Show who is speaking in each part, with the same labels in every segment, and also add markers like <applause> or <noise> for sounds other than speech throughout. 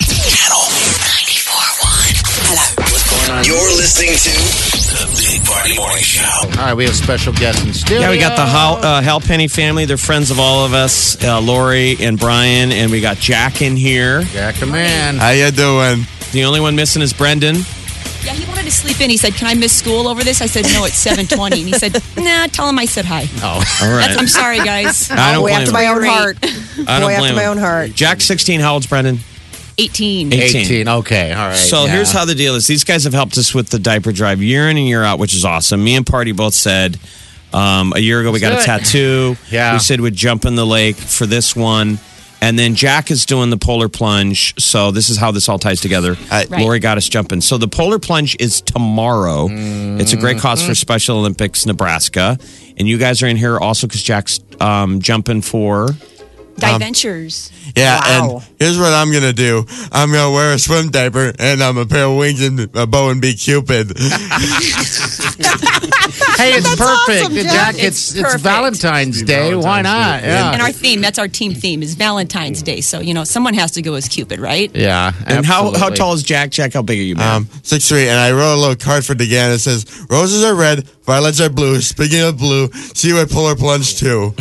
Speaker 1: Channel 94.1. Hello. You're listening to the Big Party Morning Show.
Speaker 2: All right, we have special guests in studio.
Speaker 3: Yeah, we got the Hal, uh, Halpenny family. They're friends of all of us, uh, Lori and Brian, and we got Jack in here.
Speaker 2: Jack the man.
Speaker 4: How you doing?
Speaker 3: The only one missing is Brendan.
Speaker 5: Yeah, he wanted to sleep in. He said, "Can I miss school over this?" I said, "No, it's 7:20." And he said, "Nah, tell him I said hi."
Speaker 4: Oh.
Speaker 3: All right.
Speaker 5: That's, I'm sorry, guys.
Speaker 2: um,
Speaker 3: I don't
Speaker 6: Way
Speaker 3: blame
Speaker 6: after my
Speaker 3: him.
Speaker 6: own heart.
Speaker 3: I don't
Speaker 6: Way
Speaker 3: blame
Speaker 6: after my
Speaker 3: him.
Speaker 6: own heart.
Speaker 3: Jack's 16. How old's Brendan?
Speaker 5: 18.
Speaker 3: 18.
Speaker 2: 18. Okay, all right.
Speaker 3: So
Speaker 2: yeah.
Speaker 3: here's how the deal is. These guys have helped us with the diaper drive year in and year out, which is awesome. Me and Party both said um, a year ago we got a tattoo.
Speaker 2: <laughs> Yeah.
Speaker 3: We said we'd jump in the lake for this one. And then Jack is doing the polar plunge. So this is how this all ties together.
Speaker 2: Uh,
Speaker 5: Right.
Speaker 3: Lori got us jumping. So the polar plunge is tomorrow.
Speaker 2: Mm-hmm.
Speaker 3: It's a great cause for Special Olympics Nebraska. And you guys are in here also because Jack's um, jumping for.
Speaker 2: um,
Speaker 5: Die Ventures.
Speaker 4: Yeah,
Speaker 6: Wow.
Speaker 4: and here's what I'm gonna do. I'm gonna wear a swim diaper and I'm a pair of wings and a bow and be Cupid.
Speaker 2: Hey, it's perfect.
Speaker 6: awesome,
Speaker 2: Jack,
Speaker 6: Jack.
Speaker 2: it's,
Speaker 5: It's
Speaker 2: it's,
Speaker 5: perfect.
Speaker 2: Valentine's Day. Why not? Yeah.
Speaker 5: And our theme, that's our team theme, is Valentine's Day. So, you know, someone has to go as Cupid, right?
Speaker 2: yeah.
Speaker 3: And how, how
Speaker 2: absolutely.
Speaker 3: tall is Jack? Jack, how big are you, man?
Speaker 4: Um, six three, and I wrote a little card for Degan that says roses are red, violets are blue. Speaking of blue, see you at Polar Plunge too.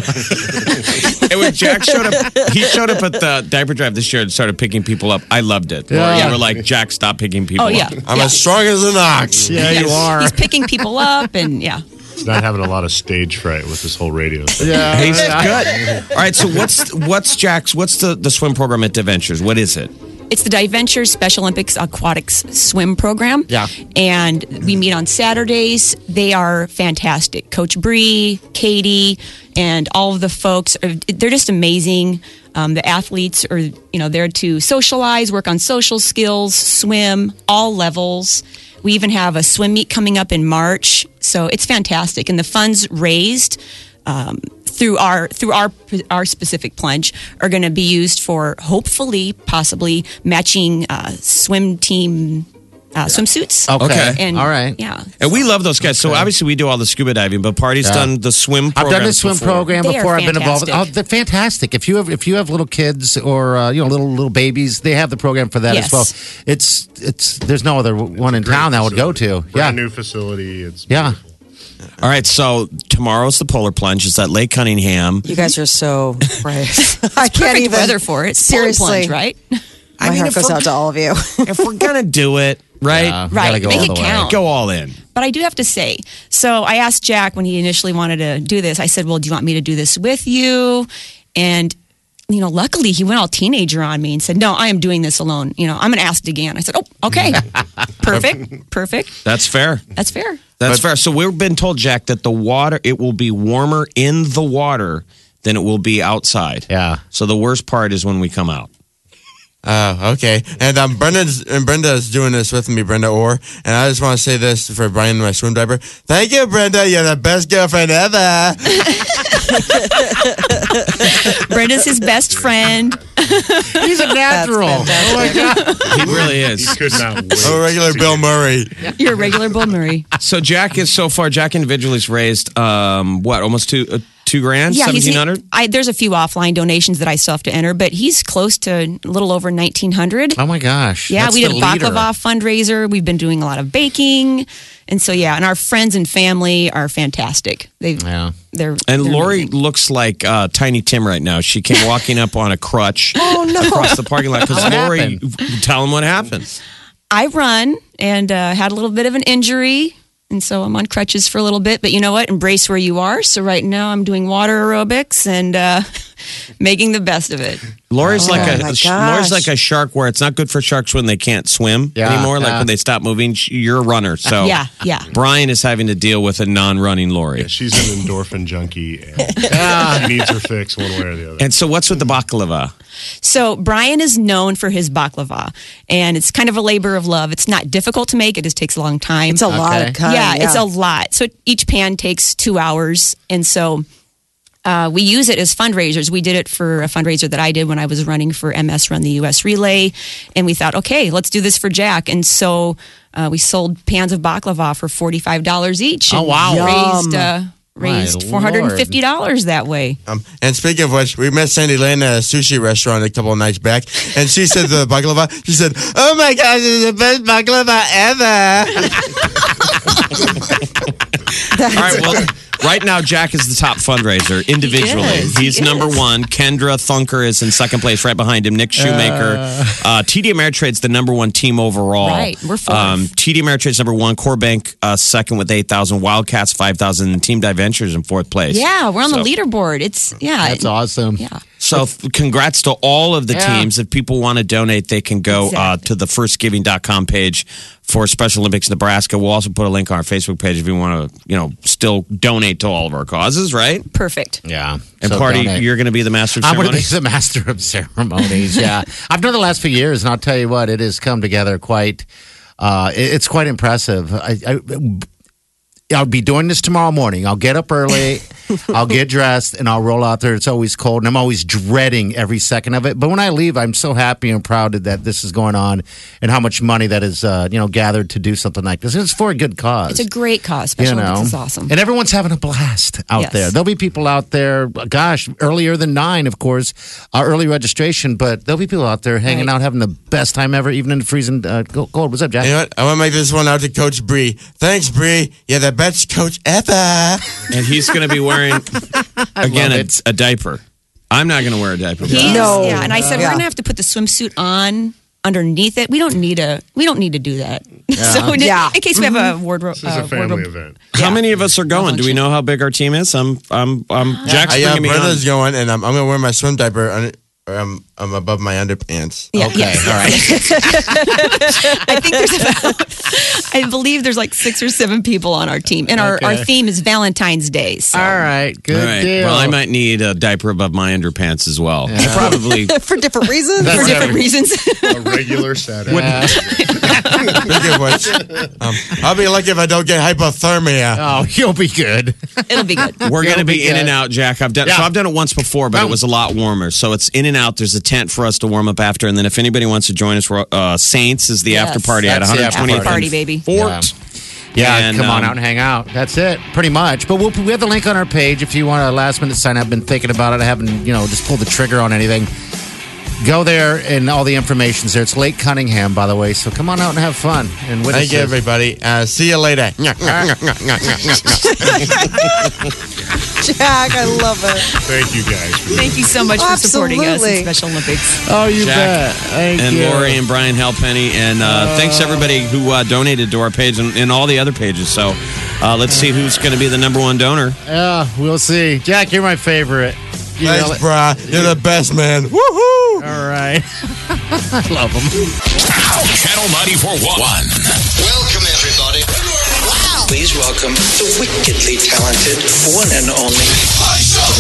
Speaker 3: And when
Speaker 5: <laughs>
Speaker 3: Jack showed up, he showed up at the diaper drive this year and started picking people up. I loved it. Laura,
Speaker 2: Yeah.
Speaker 3: you were like, Jack, stop picking people
Speaker 5: Oh,
Speaker 3: up.
Speaker 5: yeah.
Speaker 4: I'm
Speaker 5: yeah.
Speaker 4: as strong as an ox.
Speaker 2: Yeah, you are.
Speaker 5: He's picking people up, and yeah.
Speaker 7: He's not having a lot of stage fright with this whole radio thing.
Speaker 2: Yeah.
Speaker 3: He's good. All right, so what's what's Jack's what's the, the swim program at Adventures? What is it?
Speaker 5: It's the DiVentures Special Olympics Aquatics Swim Program.
Speaker 2: Yeah.
Speaker 5: And we meet on Saturdays. They are fantastic. Coach Bree, Katie, and all of the folks, are, they're just amazing. Um, the athletes are, you know, there to socialize, work on social skills, swim, all levels. We even have a swim meet coming up in March. So it's fantastic. And the funds raised um, through our through our our specific plunge are going to be used for hopefully possibly matching uh, swim team uh, swimsuits.
Speaker 2: Okay.
Speaker 5: And
Speaker 2: all right.
Speaker 5: Yeah.
Speaker 3: And we love those guys. So obviously we do all the scuba diving, but Party's done the swim
Speaker 2: I've
Speaker 3: program.
Speaker 2: done the swim program
Speaker 5: They are
Speaker 2: before. I've been involved. Oh,
Speaker 5: fantastic.
Speaker 2: they're fantastic. If you have if you have little kids or uh, you know little little babies, they have the program for that as
Speaker 5: Yes.
Speaker 2: well. It's it's there's no other one in town that would go to.
Speaker 7: Brand
Speaker 2: Yeah,
Speaker 7: new facility. It's
Speaker 2: yeah.
Speaker 3: All right, so tomorrow's the polar plunge. It's at Lake Cunningham.
Speaker 6: You guys are so <laughs> brave. I can't
Speaker 5: Perfect
Speaker 6: even.
Speaker 5: weather for it. Polar
Speaker 6: Seriously,
Speaker 5: plunge, right?
Speaker 6: My heart goes out to all of you.
Speaker 3: if we're gonna do it, right?
Speaker 2: Uh, we
Speaker 5: Right.
Speaker 2: gotta go
Speaker 5: Make
Speaker 2: all
Speaker 5: it
Speaker 2: the way.
Speaker 5: count.
Speaker 3: Go all in.
Speaker 5: But I do have to say, so I asked Jack when he initially wanted to do this. I said, "Well, do you want me to do this with you?" And you know, luckily he went all teenager on me and said, "No, I am doing this alone. You know, I'm going to ask again." I said, "Oh, okay, perfect, perfect.
Speaker 3: That's fair.
Speaker 5: That's fair."
Speaker 3: That's fair. So we've been told, Jack, that the water it will be warmer in the water than it will be outside.
Speaker 2: Yeah.
Speaker 3: So the worst part is when we come out.
Speaker 4: Oh, okay. And um, Brenda's and Brenda is doing this with me, Brenda Orr. And I just want to say this for Brian, my swim diaper. Thank you, Brenda. You're the best girlfriend ever.
Speaker 5: Brenda's his best friend.
Speaker 2: He's a natural. Oh my god.
Speaker 3: He really is.
Speaker 7: You could not wait.
Speaker 4: A regular
Speaker 7: to
Speaker 4: Bill
Speaker 7: see
Speaker 4: Murray.
Speaker 5: You're a regular Bill Murray.
Speaker 3: So Jack is so far. Jack individually's raised um what almost two uh, two grand,
Speaker 5: he's-
Speaker 3: seventeen hundred.
Speaker 5: I, there's a few offline donations that I still have to enter, but he's close to a little over 1,900.
Speaker 2: Oh my gosh.
Speaker 5: yeah,
Speaker 2: That's
Speaker 5: we
Speaker 2: the
Speaker 5: did a
Speaker 2: leader.
Speaker 5: baklava fundraiser. We've been doing a lot of baking, and so yeah, and our friends and family are fantastic. They
Speaker 2: Yeah.
Speaker 5: they're
Speaker 3: And
Speaker 5: they're
Speaker 3: Lori
Speaker 5: amazing.
Speaker 3: looks like uh, Tiny Tim right now. She came walking up on a crutch across the parking lot because
Speaker 2: What
Speaker 3: Lori,
Speaker 2: happened?
Speaker 3: tell him what happened.
Speaker 5: I run and uh, had a little bit of an injury. And so I'm on crutches for a little bit, but you know what? Embrace where you are. So right now I'm doing water aerobics and uh, <laughs> making the best of it.
Speaker 3: Lori's like
Speaker 5: Oh
Speaker 3: a
Speaker 6: my
Speaker 3: sh-
Speaker 6: gosh.
Speaker 3: Lori's like a shark where it's not good for sharks when they can't swim
Speaker 2: Yeah,
Speaker 3: anymore. Like
Speaker 2: yeah.
Speaker 3: when they stop moving, sh- you're a runner. So
Speaker 5: <laughs> Yeah, yeah.
Speaker 3: Brian is having to deal with a non-running Lori.
Speaker 7: She's an endorphin junkie and she needs her fix one way or the other.
Speaker 3: And so what's with the
Speaker 5: <laughs>
Speaker 3: baklava?
Speaker 5: So Brian is known for his baklava, and it's kind of a labor of love. It's not difficult to make; it just takes a long time.
Speaker 6: It's a lot
Speaker 2: Okay.
Speaker 6: of time.
Speaker 5: yeah, it's a lot. So each pan takes two hours, and so uh, we use it as fundraisers. We did it for a fundraiser that I did when I was running for MS Run the US Relay, and we thought, okay, let's do this for Jack, and so uh, we sold pans of baklava for forty five dollars each.
Speaker 2: Oh,
Speaker 5: and
Speaker 2: wow.
Speaker 5: Raised uh, raised four
Speaker 2: My
Speaker 5: hundred
Speaker 2: Lord.
Speaker 5: and fifty dollars that way.
Speaker 4: Um, and speaking of which, we met Sandy Lane at a sushi restaurant a couple of nights back, and she said the baklava. She said, "Oh my gosh, it's the best baklava ever."
Speaker 3: All right, well, right now Jack is the top fundraiser individually.
Speaker 5: He is,
Speaker 3: He's
Speaker 5: he
Speaker 3: number
Speaker 5: is.
Speaker 3: one. Kendra Thunker is in second place, right behind him. Nick Shoemaker. Uh, TD Ameritrade's the number one team overall.
Speaker 5: Right, we're fourth.
Speaker 3: TD Ameritrade's number one. Core Bank uh, second with eight thousand. Wildcats five thousand. And Team Dive Ventures in fourth place.
Speaker 5: Yeah, we're on
Speaker 3: So-
Speaker 5: the leaderboard. It's yeah,
Speaker 2: That's awesome.
Speaker 5: yeah.
Speaker 3: So, f- congrats to all of the
Speaker 2: Yeah.
Speaker 3: teams. If people want to donate, they can go uh, to the firstgiving.com page for Special Olympics Nebraska. We'll also put a link on our Facebook page if you want to, you know, still donate to all of our causes, right?
Speaker 5: Perfect.
Speaker 2: Yeah.
Speaker 3: And
Speaker 2: So
Speaker 3: Party,
Speaker 2: donate.
Speaker 3: you're going to be the master
Speaker 2: <laughs>
Speaker 3: of
Speaker 2: I'm going to be
Speaker 3: ceremonies.
Speaker 2: the master of ceremonies. Yeah, <laughs> I've done it the last few years, and I'll tell you what, it has come together quite. Uh, it- it's quite impressive. I, I, I'll be doing this tomorrow morning. I'll get up <laughs> early, I'll get dressed, and I'll roll out there. It's always cold, and I'm always dreading every second of it. But when I leave, I'm so happy and proud that this is going on, and how much money that is, uh, you know, gathered to do something like this. And it's for a good cause.
Speaker 5: It's a great cause. Special Olympics is awesome.
Speaker 2: And everyone's having a blast out
Speaker 5: Yes.
Speaker 2: there. There'll be people out there, gosh, earlier than nine, of course, uh, early registration, but there'll be people out there hanging
Speaker 5: Right.
Speaker 2: out, having the best time ever, even in the freezing uh, co- cold. What's up, Jack?
Speaker 4: You know what? I want to make this one out to Coach Bree. Thanks, Bree. You're the best coach ever.
Speaker 3: and he's going to be
Speaker 2: <laughs>
Speaker 3: wearing, again,
Speaker 2: love
Speaker 3: a,
Speaker 2: it.
Speaker 3: a diaper. I'm not going to wear a diaper.
Speaker 5: He's-
Speaker 6: No.
Speaker 5: Yeah, and I said we're
Speaker 6: Yeah.
Speaker 5: gonna have to put the swimsuit on underneath it. We don't need a. We don't need to do that. <laughs> so in,
Speaker 6: Yeah.
Speaker 5: in case we have a wardrobe.
Speaker 7: Mm-hmm. This is
Speaker 5: uh,
Speaker 7: a family
Speaker 5: wardrobe-
Speaker 7: event.
Speaker 3: How many of us are going? Do we know how big our team is? I'm, I'm, I'm, Jack's
Speaker 4: I
Speaker 2: uh,
Speaker 4: yeah,
Speaker 3: bringing me on.
Speaker 4: Brenda's going, and I'm, I'm gonna wear my swim diaper. Under, or I'm, I'm above my underpants.
Speaker 5: Yeah,
Speaker 4: okay,
Speaker 5: yes,
Speaker 4: all right.
Speaker 5: I think there's about. <laughs> I believe there's like six or seven people on our team, and our, our theme is Valentine's Day. So.
Speaker 2: All right, good
Speaker 3: All right.
Speaker 2: deal.
Speaker 3: Well, I might need a diaper above my underpants as well. Probably
Speaker 6: <laughs> for different reasons.
Speaker 5: for different reasons. <laughs>
Speaker 7: A regular Saturday.
Speaker 4: Speaking of which, um, I'll be lucky if I don't get hypothermia.
Speaker 2: Oh, <laughs> you'll be good.
Speaker 5: It'll be
Speaker 7: <laughs>
Speaker 5: good.
Speaker 3: We're going to
Speaker 2: It'll
Speaker 3: be,
Speaker 2: be
Speaker 3: in
Speaker 2: good.
Speaker 3: and out, Jack. I've done so.
Speaker 2: Yeah. Oh.
Speaker 3: I've done it once before, but it was a lot warmer. So it's in and out. There's a tent for us to warm up after, and then if anybody wants to join us, we're, uh, Saints is the
Speaker 5: Yes.
Speaker 3: after party at
Speaker 2: That's the
Speaker 3: 120th
Speaker 2: after
Speaker 3: and
Speaker 5: party, baby.
Speaker 3: Fort.
Speaker 2: Yeah,
Speaker 3: And,
Speaker 2: come on
Speaker 3: um,
Speaker 2: out and hang out. That's it, pretty much. But we'll, we have the link on our page if you want a last minute sign. I've been thinking about it. I haven't, you know, just pulled the trigger on anything. Go there, and all the information's there. It's Lake Cunningham, by the way. So come on out and have fun. And with
Speaker 4: Thank you, everybody. Uh, see you later.
Speaker 6: Jack, I love it.
Speaker 7: Thank you guys for
Speaker 5: Thank you so much for supporting us in
Speaker 6: Absolutely.
Speaker 5: Special Olympics.
Speaker 2: Oh, you
Speaker 3: Jack
Speaker 2: bet. Thank
Speaker 3: and
Speaker 2: you.
Speaker 3: Lori and Brian Halpenny, and uh, thanks to everybody who uh, donated to our page and, and all the other pages. So uh, let's see who's going to be the number one donor.
Speaker 2: Yeah, Ah, we'll see. Jack, you're my favorite. You know
Speaker 4: Thanks,
Speaker 2: it.
Speaker 4: brah. You're the best, man. Woohoo!
Speaker 2: All right. <laughs> I love him.
Speaker 1: Channel 941. Welcome, everybody. Wow. Please welcome the wickedly talented one and only.